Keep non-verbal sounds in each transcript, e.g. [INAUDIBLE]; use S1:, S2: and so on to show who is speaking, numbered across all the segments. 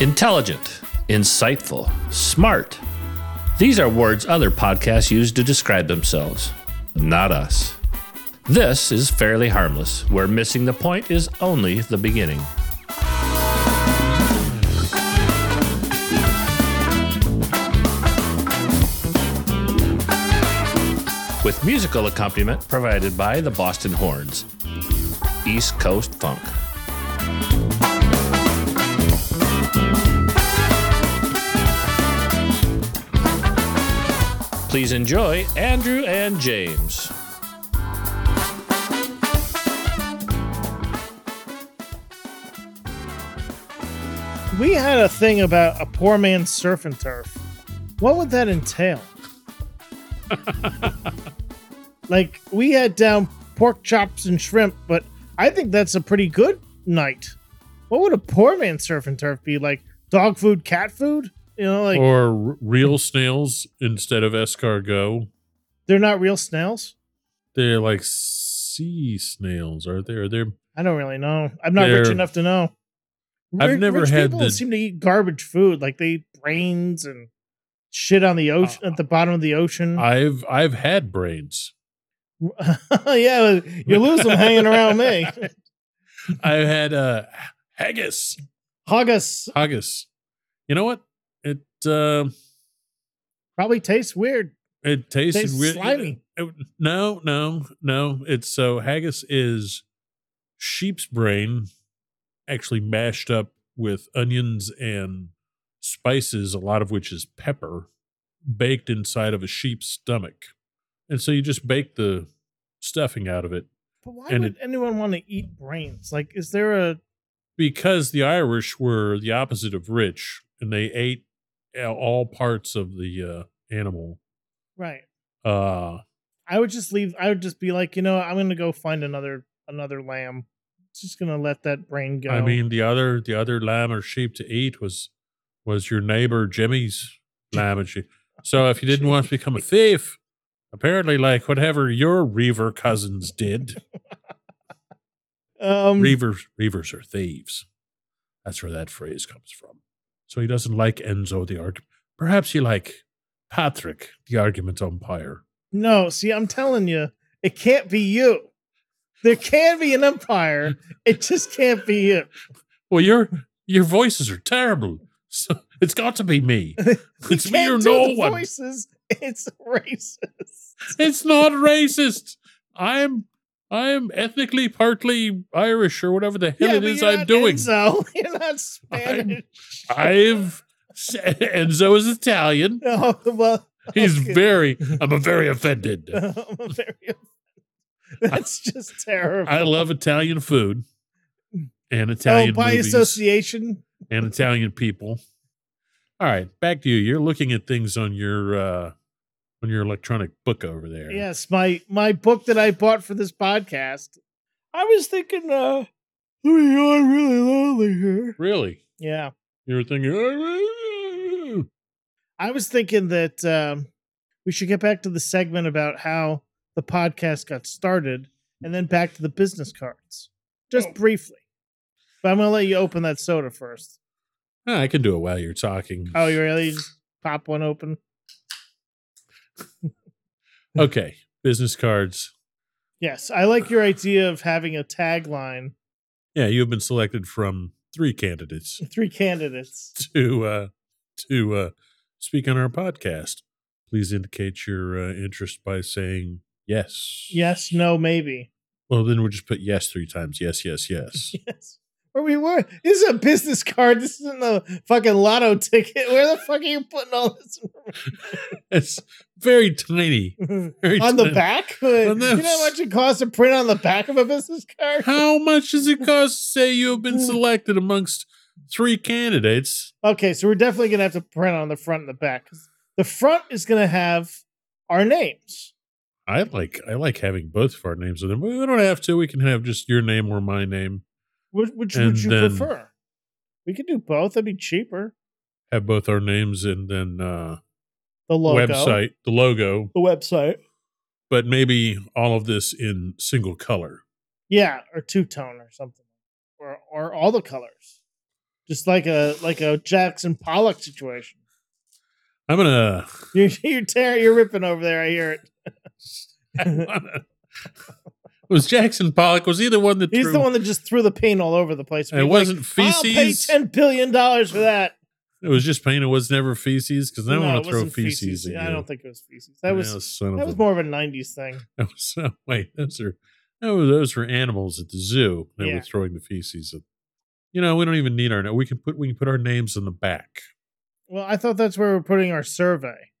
S1: Intelligent, insightful, smart. These are words other podcasts use to describe themselves, not us. This is Fairly Harmless, where missing the point is only the beginning. With musical accompaniment provided by the Boston Horns, East Coast Funk. Please enjoy Andrew and James.
S2: We had a thing about a poor man's surf and turf. What would that
S3: [LAUGHS]
S2: entail? like we had down pork chops and shrimp, but I think that's a pretty good night. What would a poor man's surf and turf be like? Dog food, cat food? You know, like
S3: or r- real snails instead of escargot.
S2: they're not real snails.
S3: They're like sea snails, aren't they? Are they?
S2: I don't really know. I'm not rich
S3: They're-
S2: enough to know.
S3: I've
S2: Ri-
S3: never
S2: rich
S3: had
S2: people
S3: the-
S2: seem to eat garbage food, like they eat brains and shit on
S3: Uh,
S2: the ocean at the bottom of the ocean.
S3: I've I've had brains.
S2: [LAUGHS] yeah, you lose them hanging around
S3: [LAUGHS]
S2: me.
S3: I've had uh, haggis,
S2: Haggis
S3: haggis. You know what? It uh,
S2: probably tastes weird.
S3: it tasted
S2: Tastes
S3: weird.
S2: slimy.
S3: It- Oh, no, no, no. It's so haggis is sheep's brain, actually mashed up with onions and spices, a lot of which is pepper, baked inside of a sheep's stomach, and so you just bake the stuffing out of it.
S2: But why
S3: And
S2: would anyone want to eat brains? Like, is there a
S3: because the Irish were the opposite of rich, and they ate a- all parts of the uh, animal.
S2: right?
S3: Uh,
S2: I would just leave. I would just be like, you know, I'm gonna go find another another lamb. Just gonna let that brain go.
S3: I mean, the other the other lamb or sheep to eat was was your
S2: [LAUGHS]
S3: neighbor Jimmy's lamb and sheep. So if you didn't want to become a thief, apparently, like whatever your reaver cousins did,
S2: um,
S3: reavers reavers are thieves. That's where that phrase comes from. So he doesn't like Enzo the argument. Perhaps he like Patrick the argument umpire.
S2: no. See, I'm telling you, it can't be you. There can be an
S3: [LAUGHS]
S2: umpire. It just can't be you.
S3: Well, your your voices are terrible. So it's got to be me.
S2: [LAUGHS]
S3: It's me
S2: Can't
S3: or
S2: do
S3: no
S2: the
S3: one.
S2: Voices. It's racist.
S3: It's not racist. I'm I'm ethnically partly Irish or whatever the hell
S2: Yeah,
S3: it
S2: but
S3: is
S2: you're
S3: I'm
S2: not
S3: doing.
S2: Enzo. [LAUGHS] You're not
S3: I'm-
S2: Spanish.
S3: [LAUGHS] I've Enzo
S2: [LAUGHS]
S3: is Italian.
S2: Oh well,
S3: He's
S2: Okay.
S3: very I'm a very offended.
S2: I'm very. That's just terrible.
S3: I love Italian food and
S2: oh,
S3: [LAUGHS] Italian
S2: by
S3: movies
S2: association,
S3: and Italian people. All right, back to you. You're looking at things on your uh on your electronic book over there.
S2: yes. My my book that I bought for this podcast. I was thinking, uh, we are really lonely here.
S3: Really?
S2: Yeah,
S3: You were thinking, "Ah, ah, ah."
S2: I was thinking that um, we should get back to the segment about how the podcast got started, and then back to the business cards,
S3: Oh.
S2: just briefly. But I'm gonna let you open that soda first.
S3: Ah, I can do it while you're talking.
S2: Oh, you really just pop one open?
S3: Okay, business cards.
S2: Yes, I like your idea of having a tagline.
S3: Yeah, you have been selected from three candidates [LAUGHS]
S2: Three candidates.
S3: to uh, to uh, speak on our podcast. Please indicate your uh, interest by saying yes.
S2: Yes, no, maybe. [LAUGHS]
S3: Well, then we'll just put yes three times. Yes, yes, yes. [LAUGHS]
S2: Yes. Where we were. This is a business card. This isn't the fucking lotto ticket. Where the fuck are you putting all
S3: [LAUGHS]
S2: this
S3: it's very tiny.
S2: [LAUGHS]
S3: Very
S2: on the
S3: tiny.
S2: back? You
S3: On
S2: know
S3: the-
S2: how much it costs to print on the back of a business card?
S3: How much does it cost to say you have been selected amongst three candidates?
S2: Okay, so we're definitely gonna have to print on the front and the back. 'cause The front is gonna have our names.
S3: I like I like having both of our names on there. but We don't have to. We can have just your name or my name.
S2: Which, which
S3: And
S2: would you
S3: then-
S2: prefer? We could do both. That'd be cheaper.
S3: Have both our names and then uh,
S2: The logo.
S3: website, the logo,
S2: The website.
S3: but maybe all of this in single color.
S2: Yeah, or two tone or something, or or all the colors. just like a like a Jackson Pollock situation. [LAUGHS]
S3: I'm gonna.
S2: You're you're tearing, you're ripping over there. I hear it.
S3: [LAUGHS] was Jackson Pollock? Was he the one that?
S2: He's
S3: threw-
S2: the one that just threw the paint all over the place.
S3: It
S2: He's
S3: wasn't
S2: like, I'll pay
S3: feces.
S2: ten billion dollars for that.
S3: It was just pain. It was never feces because I don't
S2: No,
S3: want
S2: it
S3: to throw
S2: wasn't
S3: feces. at you.
S2: I don't think it was feces. That was
S3: Yeah, son of
S2: that
S3: a-
S2: was more of a '90s thing.
S3: [LAUGHS] That was, oh, wait, those are no, those were animals at the zoo that
S2: Yeah.
S3: were throwing the feces. At, you know, we don't even need our. na- We can put we can put our names in the back
S2: Well, I thought that's where we're putting our survey.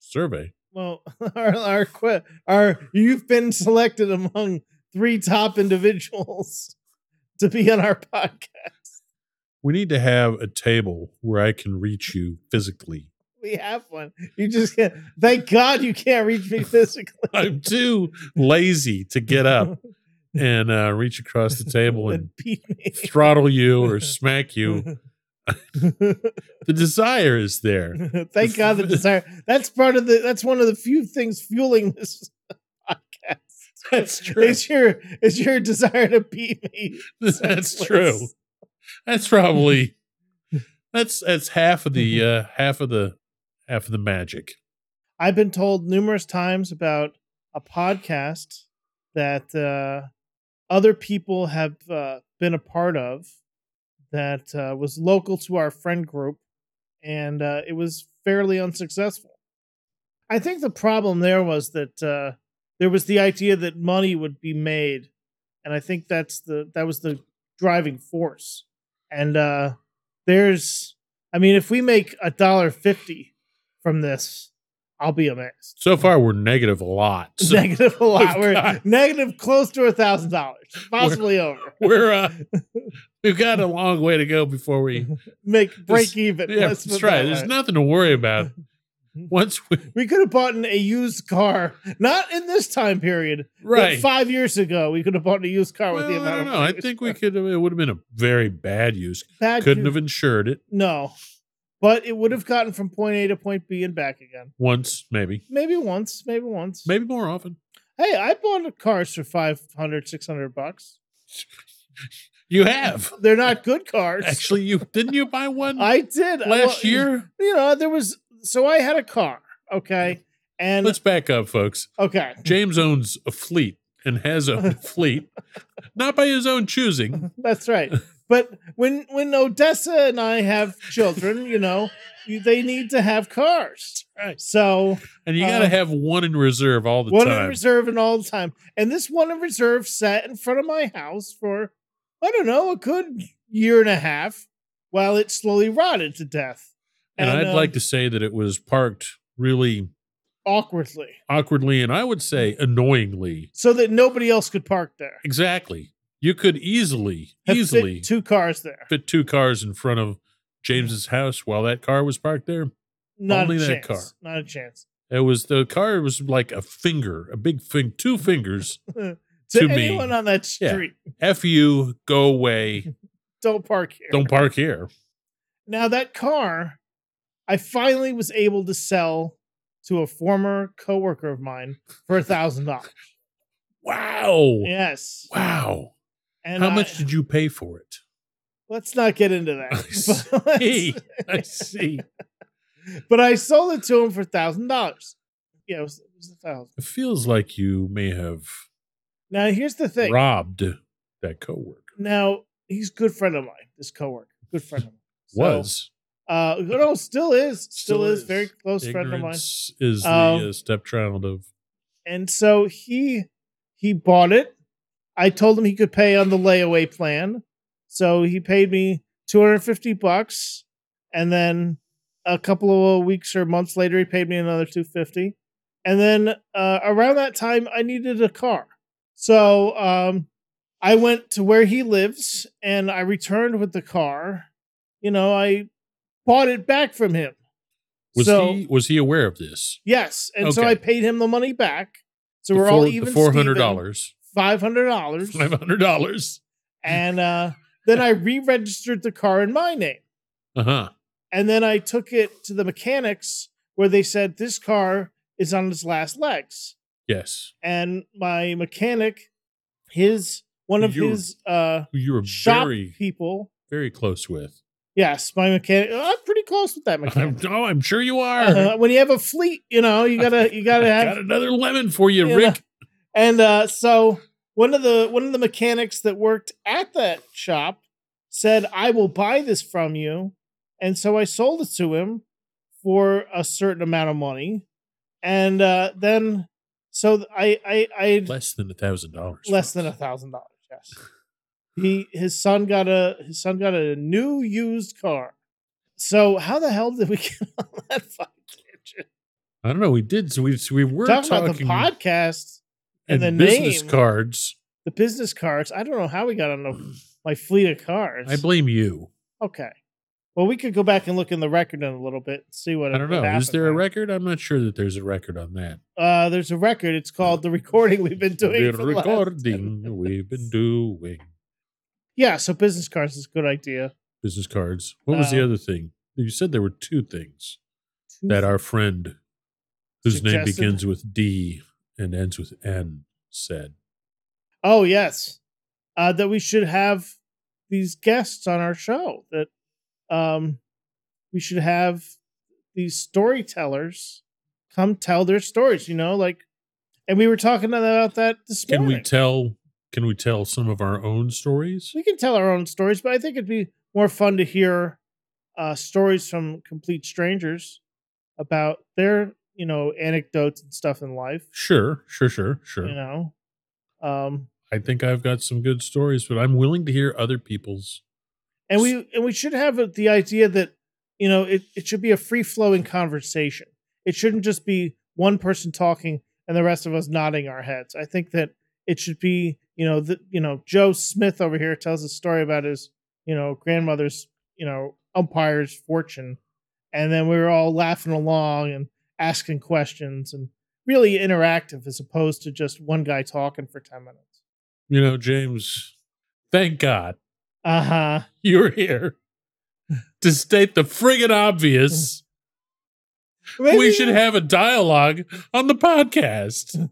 S3: survey.
S2: Well, [LAUGHS] our our que- our you've been selected among three top individuals to be on our podcast.
S3: We need to have a table where I can reach you physically.
S2: We have one. You just can't. Thank God you can't reach
S3: [LAUGHS]
S2: me physically.
S3: I'm too lazy to get
S2: [LAUGHS]
S3: up and uh, reach across the table and
S2: and beat me.
S3: throttle you or smack you. The desire
S2: [LAUGHS]
S3: is there.
S2: [LAUGHS] Thank God the desire. That's part of the. That's one of the few things fueling this podcast.
S3: That's true.
S2: Is your is your desire to beat me?
S3: That's true. That's probably that's that's half of the uh half of the half of the magic.
S2: I've been told numerous times about a podcast that uh, other people have uh, been a part of that uh, was local to our friend group, and uh, it was fairly unsuccessful. I think the problem there was that uh, there was the idea that money would be made, and I think that's the that was the driving force. And uh, there's, I mean, if we make a dollar fifty from this, I'll be amazed.
S3: So far, we're negative a lot. So
S2: negative a lot.
S3: We've
S2: We're
S3: got-
S2: negative close to a thousand dollars, possibly over.
S3: [LAUGHS] we're uh, we've got a long way to go before
S2: [LAUGHS]
S3: we.
S2: Make break
S3: This-
S2: even.
S3: Yeah,
S2: Let's put
S3: that's
S2: it
S3: right.
S2: that
S3: There's
S2: way.
S3: nothing to worry about. Once we
S2: We could have bought an, a used car, not in this time period, but
S3: right.
S2: five years ago. We could have bought a used car with the
S3: Well,
S2: amount
S3: I don't
S2: of
S3: know. I
S2: money.
S3: think we could. It would have been a very bad use.
S2: Bad
S3: Couldn't
S2: use-
S3: have insured it
S2: no, but it would have gotten from point A to point B and back again.
S3: once, maybe,
S2: Maybe once, maybe once.
S3: maybe more often.
S2: Hey, I bought cars for 500, 600 bucks.
S3: You have
S2: They're not good cars.
S3: actually. You didn't you buy
S2: [LAUGHS]
S3: one
S2: I did.
S3: last
S2: Well,
S3: year?
S2: you know, there was so I had a car, okay, and
S3: Let's back up, folks.
S2: okay,
S3: James owns a fleet and
S2: [LAUGHS]
S3: has owned a fleet, not by his own choosing.
S2: that's
S3: [LAUGHS]
S2: right. But when when Odessa and I have children, you know, you, they need to have cars.
S3: Right.
S2: So
S3: And you got to
S2: Uh,
S3: have one in reserve all the
S2: one in
S3: time.
S2: reserve and all the time, and this one in reserve sat in front of my house for I don't know a good year and a half while it slowly rotted to death.
S3: and I'd
S2: um,
S3: like to say that it was parked really
S2: awkwardly
S3: awkwardly and I would say annoyingly.
S2: so that nobody else could park there.
S3: Exactly. You could easily,
S2: Have fit
S3: easily fit two-,
S2: two cars there.
S3: cars in front of James's house while that car was parked there.
S2: Not
S3: only
S2: a
S3: that
S2: chance.
S3: car.
S2: Not a chance.
S3: It was the car was like a finger, a big thing, two
S2: [LAUGHS]
S3: fingers.
S2: to,
S3: To me.
S2: anyone on that
S3: Yeah.
S2: street.
S3: F you, go away,
S2: Don't park here.
S3: don't park here.
S2: Now that car, I finally was able to sell to a former coworker of mine for a thousand dollars.
S3: [LAUGHS] Wow.
S2: Yes.
S3: Wow.
S2: And
S3: How
S2: I-
S3: much did you pay for it?
S2: [LAUGHS] Let's not get into that. [LAUGHS]
S3: I
S2: But, let's-
S3: Hey, I see.
S2: but I sold it to him for a thousand dollars. Yeah, it was, it was a thousand.
S3: It feels like you may have
S2: Now here's the thing.
S3: robbed that coworker.
S2: Now he's a good friend of mine. This coworker, good friend of mine. So,
S3: Was
S2: uh, no, still is, still,
S3: Still
S2: is,
S3: is.
S2: very close friend of mine.
S3: ignorance is the
S2: Um,
S3: uh, stepchild of
S2: and so he he bought it i told him he could pay on the layaway plan so he paid me 250 bucks and then a couple of weeks or months later he paid me another 250 and then uh, around that time i needed a car so um, i went to where he lives and i returned with the car you know i bought it back from him
S3: was
S2: So-
S3: he was he aware of this?
S2: Yes, and so
S3: Okay.
S2: I paid him the money back. So
S3: The
S2: we're
S3: four-
S2: all
S3: the
S2: even.
S3: four hundred dollars, [LAUGHS]
S2: Five hundred dollars,
S3: five hundred dollars.
S2: and uh, then I re-registered the car in my name,
S3: Uh huh.
S2: and then I took it to the mechanics where they said this car is on its last legs,
S3: Yes,
S2: and my mechanic, his one of
S3: You-
S2: his uh,
S3: who you were
S2: shop
S3: very
S2: people,
S3: very close with.
S2: Yes, my mechanic. I'm pretty close with that
S3: [LAUGHS] I'm,
S2: mechanic.
S3: oh, I'm sure you are.
S2: Uh, when you have a fleet, you know you gotta you gotta
S3: [LAUGHS] I
S2: have
S3: got another lemon for you,
S2: Yeah,
S3: Rick.
S2: And uh, so one of the one of the mechanics that worked at that shop said, "I will buy this from you," and so I sold it to him for a certain amount of money, and uh, then so th- I I I
S3: Less than a thousand dollars.
S2: less than a thousand dollars. Yes, he his son got a his son got a new used car. So how the hell did we [LAUGHS] get on that fucking tangent?
S3: I don't know. We did. So we so we were
S2: Talking
S3: talking,
S2: about the podcast, and the
S3: business
S2: name.
S3: cards.
S2: the business cards. I don't know how we got on the
S3: [CLEARS THROAT]
S2: my fleet of cars.
S3: I blame you.
S2: okay. Well, we could go back and look in the record in a little bit and see what.
S3: I don't
S2: what
S3: know. Is
S2: happened
S3: there a record? I'm not sure that there's a record on that.
S2: Uh, there's a record. It's called the recording we've been [LAUGHS] doing.
S3: the
S2: for the last 10
S3: recording we've been doing.
S2: [LAUGHS] Yeah, so business cards is a good idea.
S3: Business cards. What was the
S2: Uh,
S3: other thing? You said there were two things that our friend, whose name
S2: Suggested.
S3: begins with D and ends with N, said.
S2: Oh yes, uh, that we should have these guests on our show. That um, we should have these storytellers come tell their stories. You know, like, and we were talking about that this
S3: Can
S2: morning.
S3: we tell? Can we tell some of our own stories?
S2: we can tell our own stories, but I think it'd be more fun to hear uh, stories from complete strangers about their, you know, anecdotes and stuff in life.
S3: Sure, sure, sure, sure.
S2: You know, um,
S3: I think I've got some good stories, but I'm willing to hear other people's.
S2: and we and we should have the idea that you know it, it should be a free flowing conversation. It shouldn't just be one person talking and the rest of us nodding our heads. I think that it should be you know the you know Joe Smith over here tells a story about his you know grandmother's you know umpire's fortune, and then we were all laughing along and asking questions and really interactive as opposed to just one guy talking for ten minutes.
S3: You know, James, thank God
S2: Uh huh.
S3: you're here to state the friggin' obvious. We should have a dialogue on the podcast.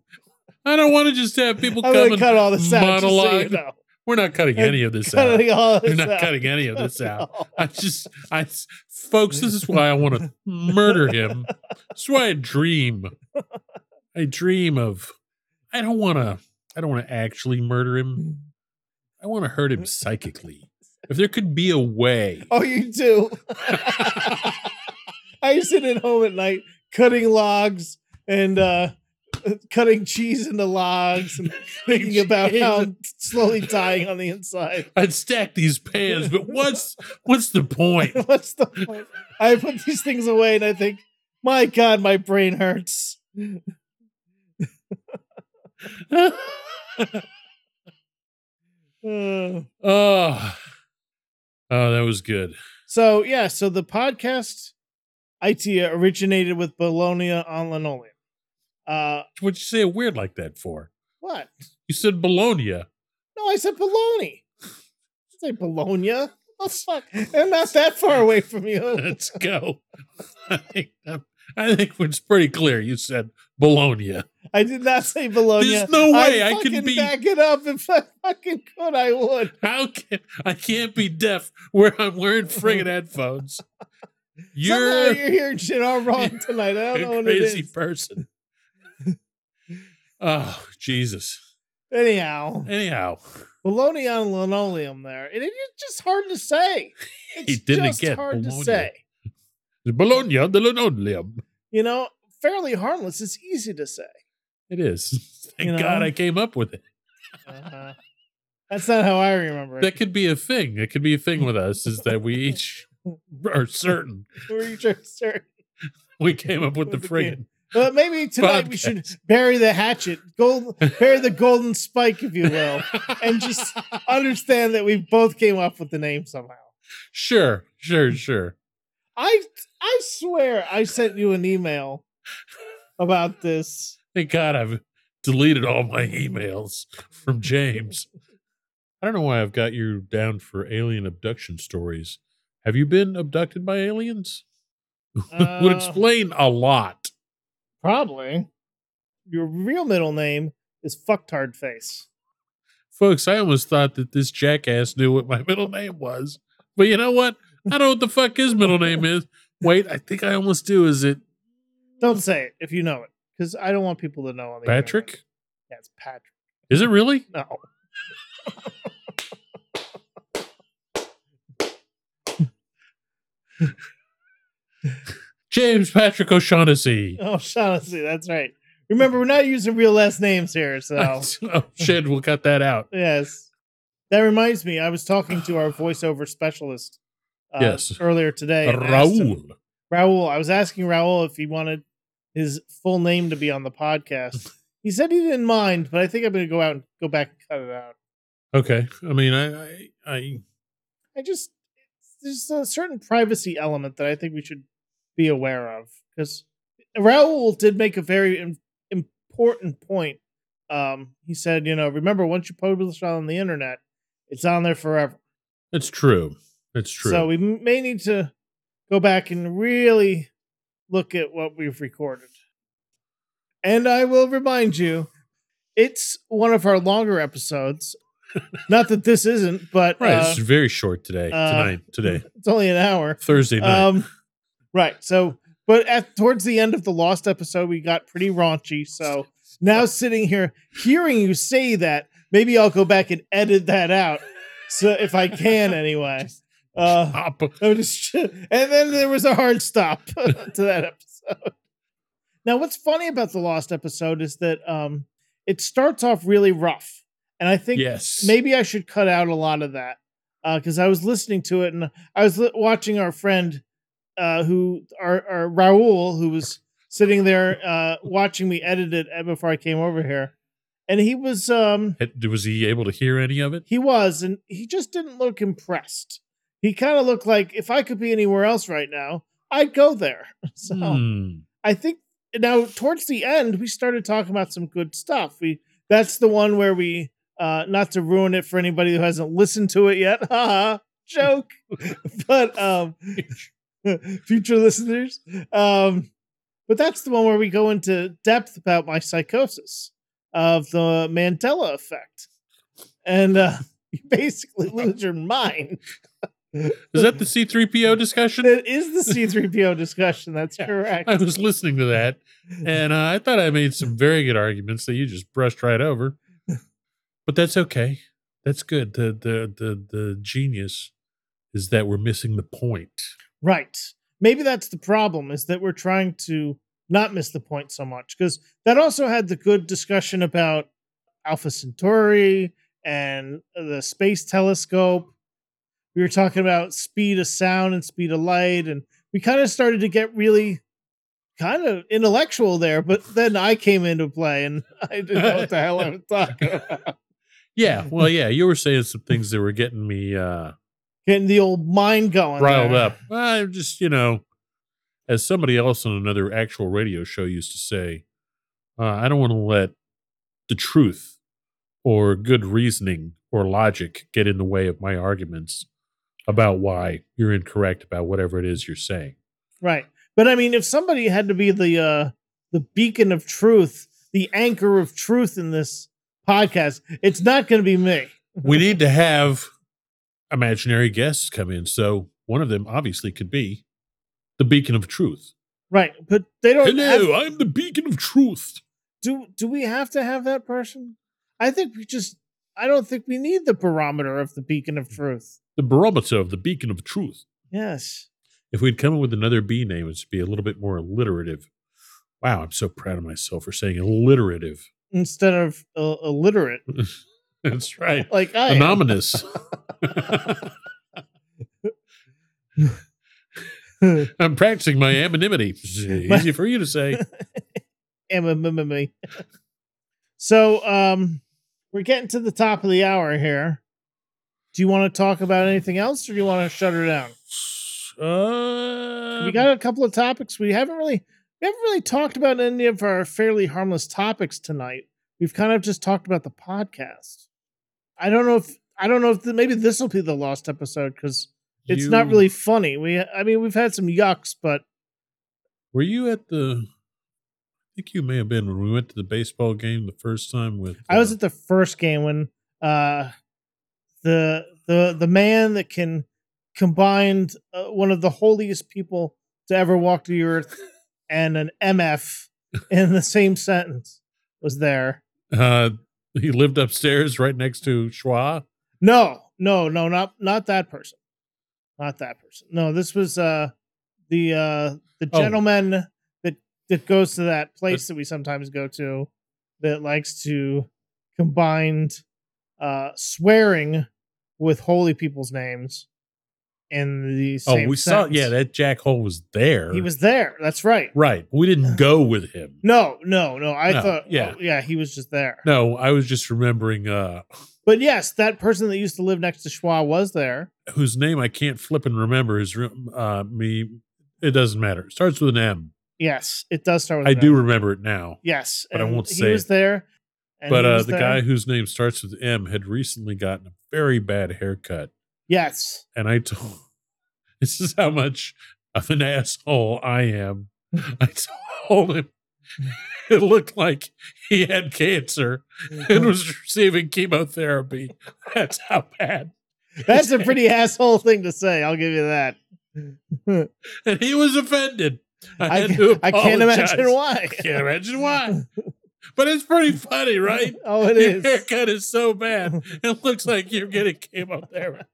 S3: I don't want to just have people
S2: I'm
S3: come
S2: gonna
S3: and
S2: cut all this out. Just so you
S3: monologue.
S2: know.
S3: We're not cutting any of this
S2: [LAUGHS]
S3: out.
S2: Cutting all
S3: We're
S2: this
S3: not
S2: out.
S3: cutting any of this out.
S2: No.
S3: I just, I, folks, this is why I want to murder him. This is why I dream. I dream of, I don't want to, I don't want to actually murder him. I want to hurt him psychically. If there could be a way,
S2: [LAUGHS] Oh, you
S3: [LAUGHS]
S2: do. I sit at home at night cutting logs and uh, cutting cheese into logs
S3: [LAUGHS]
S2: and thinking about how I'm slowly dying on the inside. [LAUGHS]
S3: I'd stack these pans, but what's, what's the point?
S2: What's the point? I put these things away and I think, my God, my brain
S3: [LAUGHS]
S2: hurts. [LAUGHS] Uh,
S3: Oh, oh, that was good.
S2: so yeah, so the podcast idea originated with Bologna on linoleum. Uh,
S3: What'd you say it weird like that for?
S2: what?
S3: You said Bologna. [LAUGHS]
S2: No, I said bologna. I say bologna. What the fuck? They're not that far away from you.
S3: Let's go. [LAUGHS] I think, I think it's pretty clear. You said Bologna.
S2: I did not say bologna.
S3: There's no way I,
S2: Oh, fucking
S3: can be.
S2: back it up if I fucking could. I would.
S3: [LAUGHS] How can I can't be deaf where I'm wearing friggin' headphones?
S2: [LAUGHS] Somehow
S3: You're
S2: you're hearing shit all
S3: [LAUGHS]
S2: wrong tonight. I don't know
S3: a
S2: what it
S3: crazy
S2: is.
S3: person. [LAUGHS] oh Jesus!
S2: Anyhow,
S3: Anyhow,
S2: bologna on linoleum. There, it is just hard to say. It's
S3: [LAUGHS] He didn't
S2: just
S3: get
S2: hard to
S3: bologna.
S2: say.
S3: Bologna, the linoleum.
S2: You know, fairly harmless. It's easy to say.
S3: It is. [LAUGHS] Thank
S2: You know?
S3: God I came up with it.
S2: Uh-huh. That's not how I remember
S3: That
S2: it.
S3: could be a thing. It could be a thing with us is that we each
S2: [LAUGHS]
S3: are certain
S2: We're just-
S3: we came up with the
S2: With the kid.
S3: friggin'
S2: Well, maybe tonight we should bury the hatchet, gold, bury the golden spike, if you will, and just understand that we both came up with the name somehow.
S3: Sure, sure, sure.
S2: I I swear I sent you an email about this.
S3: Thank God I've deleted all my emails from James. I don't know why I've got you down for alien abduction stories. Have you been abducted by aliens?
S2: Uh,
S3: Would explain a lot.
S2: probably. Your real middle name is Fucktard Face.
S3: [LAUGHS] Folks, I almost thought that this jackass knew what my middle name was. But you know what? I don't know what the fuck his middle name is. Wait, I think I almost do. Is it
S2: Don't say it if you know it, because I don't want people to know. On the internet.
S3: Patrick?
S2: Yeah, it's Patrick.
S3: Is it really?
S2: No.
S3: James Patrick O'Shaughnessy.
S2: [LAUGHS] Oh, Shaughnessy, that's right. Remember, we're not using real last names here, so
S3: [LAUGHS] oh shit, we'll cut that out.
S2: yes. That reminds me, I was talking to our voiceover specialist uh,
S3: Yes.
S2: earlier today. and asked him-
S3: Raul.
S2: Raul, I was asking Raul if he wanted his full name to be on the podcast. He said he didn't mind, but I think I'm going to go out and go back and cut it out.
S3: Okay. I mean, I, I, I
S2: I just there's a certain privacy element that I think we should be aware of because Raoul did make a very im- important point. Um, he said, you know, remember once you publish on the internet, it's on there forever.
S3: it's true. It's true.
S2: So we m- may need to go back and really look at what we've recorded. And I will remind you, it's one of our longer
S3: [LAUGHS]
S2: episodes. Not that this isn't, but
S3: right.
S2: uh,
S3: it's very short today.
S2: uh,
S3: tonight. Today.
S2: it's only an hour.
S3: Thursday night.
S2: Um, right. So, but at towards the end of the lost episode, we got pretty raunchy. So now sitting here, hearing you say that, maybe I'll go back and edit that out. So if I can, anyway. Uh,
S3: Pop.
S2: I would just- and then there was a hard stop [LAUGHS] to that episode. Now, what's funny about the lost episode is that um, it starts off really rough, and I think
S3: Yes.
S2: maybe I should cut out a lot of that because I was listening to it and I was li- watching our friend uh, who our, our Raul who was sitting there uh, watching me edit it uh, before I came over here, and he was um,
S3: Had- Was he able to hear any of it?
S2: he was, and he just didn't look impressed. He kind of looked like if I could be anywhere else right now, I'd go there. [LAUGHS] So.
S3: Hmm.
S2: I think now towards the end we started talking about some good stuff. We that's the one where we uh not to ruin it for anybody who hasn't listened to it yet. [LAUGHS] haha, joke. but um [LAUGHS] future listeners, um but that's the one where we go into depth about my psychosis of the Mandela effect. And uh [LAUGHS] you basically lose your mind.
S3: Is
S2: [LAUGHS]
S3: that the C3PO discussion?
S2: That is the C3PO discussion. That's
S3: Yeah.
S2: correct.
S3: I was listening to that and uh, I thought I made some very good arguments that you just brushed right over. But that's okay. That's good. The the the the genius is that we're missing the point.
S2: Right. Maybe that's the problem is that we're trying to not miss the point so much because that also had the good discussion about Alpha Centauri and the space telescope. We were talking about speed of sound and speed of light, and we kind of started to get really kind of intellectual there. But then I came into play, and [LAUGHS] I didn't know what the hell I was
S3: [LAUGHS]
S2: talking about.
S3: Yeah, well, yeah, you were saying some things that were getting me uh,
S2: Getting the old mind going,
S3: riled
S2: there.
S3: up. I just, you know, as somebody else on another actual radio show used to say, uh, I don't want to let the truth or good reasoning or logic get in the way of my arguments about why you're incorrect about whatever it is you're saying.
S2: Right. But I mean, if somebody had to be the uh, the beacon of truth, the anchor of truth in this podcast, it's not going to be me.
S3: We need to have imaginary guests come in. So one of them obviously could be the beacon of truth.
S2: Right. But they don't.
S3: Hello,
S2: Have,
S3: I'm the beacon of truth.
S2: do do we have to have that person? I think we just. I don't think we need the barometer of the beacon of truth.
S3: The barometer of the beacon of truth.
S2: Yes.
S3: If we'd come up with another B name, it'd be a little bit more alliterative. Wow, I'm so proud of myself for saying alliterative. [LAUGHS]
S2: Instead of uh, illiterate,
S3: That's right.
S2: like I. am. [LAUGHS]
S3: Anonymous.
S2: [LAUGHS]
S3: I'm practicing my anonymity. Easy for you to say.
S2: Eh, MMMME. so um we're getting to the top of the hour here. Do you want to talk about anything else or do you want to shut her down? [LAUGHS]
S3: Uh,
S2: we got a couple of topics. We haven't really we haven't really talked about any of our fairly harmless topics tonight. We've kind of just talked about the podcast. I don't know if I don't know if the, maybe this will be the lost episode because it's not
S3: you-
S2: really funny. We I mean we've had some yucks, but
S3: Were you at the? I think you may have been when we went to the baseball game the first time with.
S2: I was
S3: uh,
S2: at the first game when uh the the the man that can combined uh, one of the holiest people to ever walk the earth and an MF in the same sentence was there.
S3: Uh, he lived upstairs right next to Schwa.
S2: No, no, no, not not that person. Not that person. No, this was uh the uh the
S3: Oh.
S2: gentleman that that goes to that place that we sometimes go to that likes to combined uh swearing with holy people's names in the
S3: Oh,
S2: same
S3: we
S2: sentence.
S3: saw. Yeah, that Jack Hole was there.
S2: he was there. That's right.
S3: right. We didn't go with him.
S2: No, no, no. I
S3: No,
S2: thought
S3: yeah.
S2: oh, yeah, he was just there.
S3: No, I was just remembering uh,
S2: But yes, that person that used to live next to Schwa was there.
S3: whose name I can't flip and remember. Is re- uh, me? It doesn't matter. It starts with an M.
S2: Yes, it does start with
S3: I
S2: an
S3: do
S2: M.
S3: remember it now.
S2: Yes,
S3: but I
S2: and
S3: won't
S2: he
S3: say
S2: was
S3: it.
S2: there. and
S3: but
S2: he
S3: uh,
S2: was
S3: the
S2: there.
S3: guy whose name starts with M had recently gotten a very bad haircut, [LAUGHS]
S2: yes,
S3: and I told this is how much of an asshole I am. I told him [LAUGHS] it looked like he had cancer and was receiving chemotherapy. That's how bad.
S2: [LAUGHS] that's a pretty asshole thing to say. I'll give you that.
S3: And he was offended. I,
S2: I,
S3: had to
S2: I can't
S3: apologize.
S2: imagine
S3: [LAUGHS]
S2: why.
S3: I can't imagine why. [LAUGHS] But it's pretty funny, [LAUGHS] right?
S2: oh, it
S3: Your
S2: is.
S3: haircut is so bad. It looks like you're getting chemotherapy.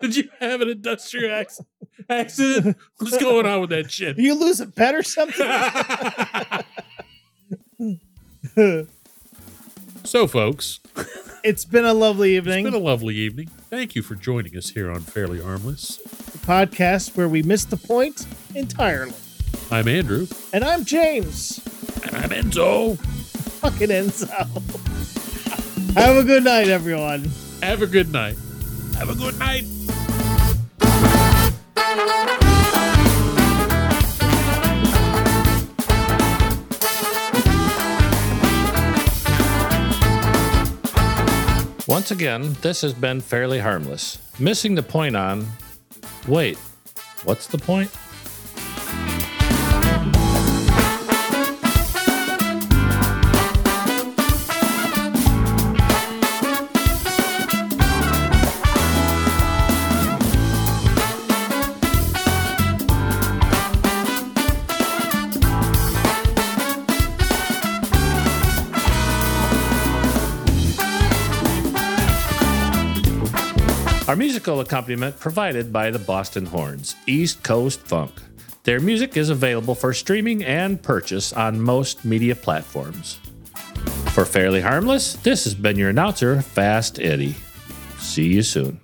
S3: Did you have an industrial acc- accident? What's going on with that shit?
S2: You lose a bet or
S3: [LAUGHS]
S2: something.
S3: so, folks,
S2: it's been a lovely evening.
S3: it's been a lovely evening. Thank you for joining us here on Fairly Harmless.
S2: a podcast where we missed the point entirely.
S3: I'm Andrew.
S2: And I'm James.
S3: And I'm Enzo.
S2: Fucking Enzo. [LAUGHS] Have a good night, everyone.
S3: Have a good night. Have a good night.
S1: Once again, this has been fairly harmless. Missing the point on. Wait, what's the point? Our musical accompaniment provided by the Boston Horns, East Coast Funk. Their music is available for streaming and purchase on most media platforms. For Fairly Harmless, this has been your announcer, Fast Eddie. See you soon.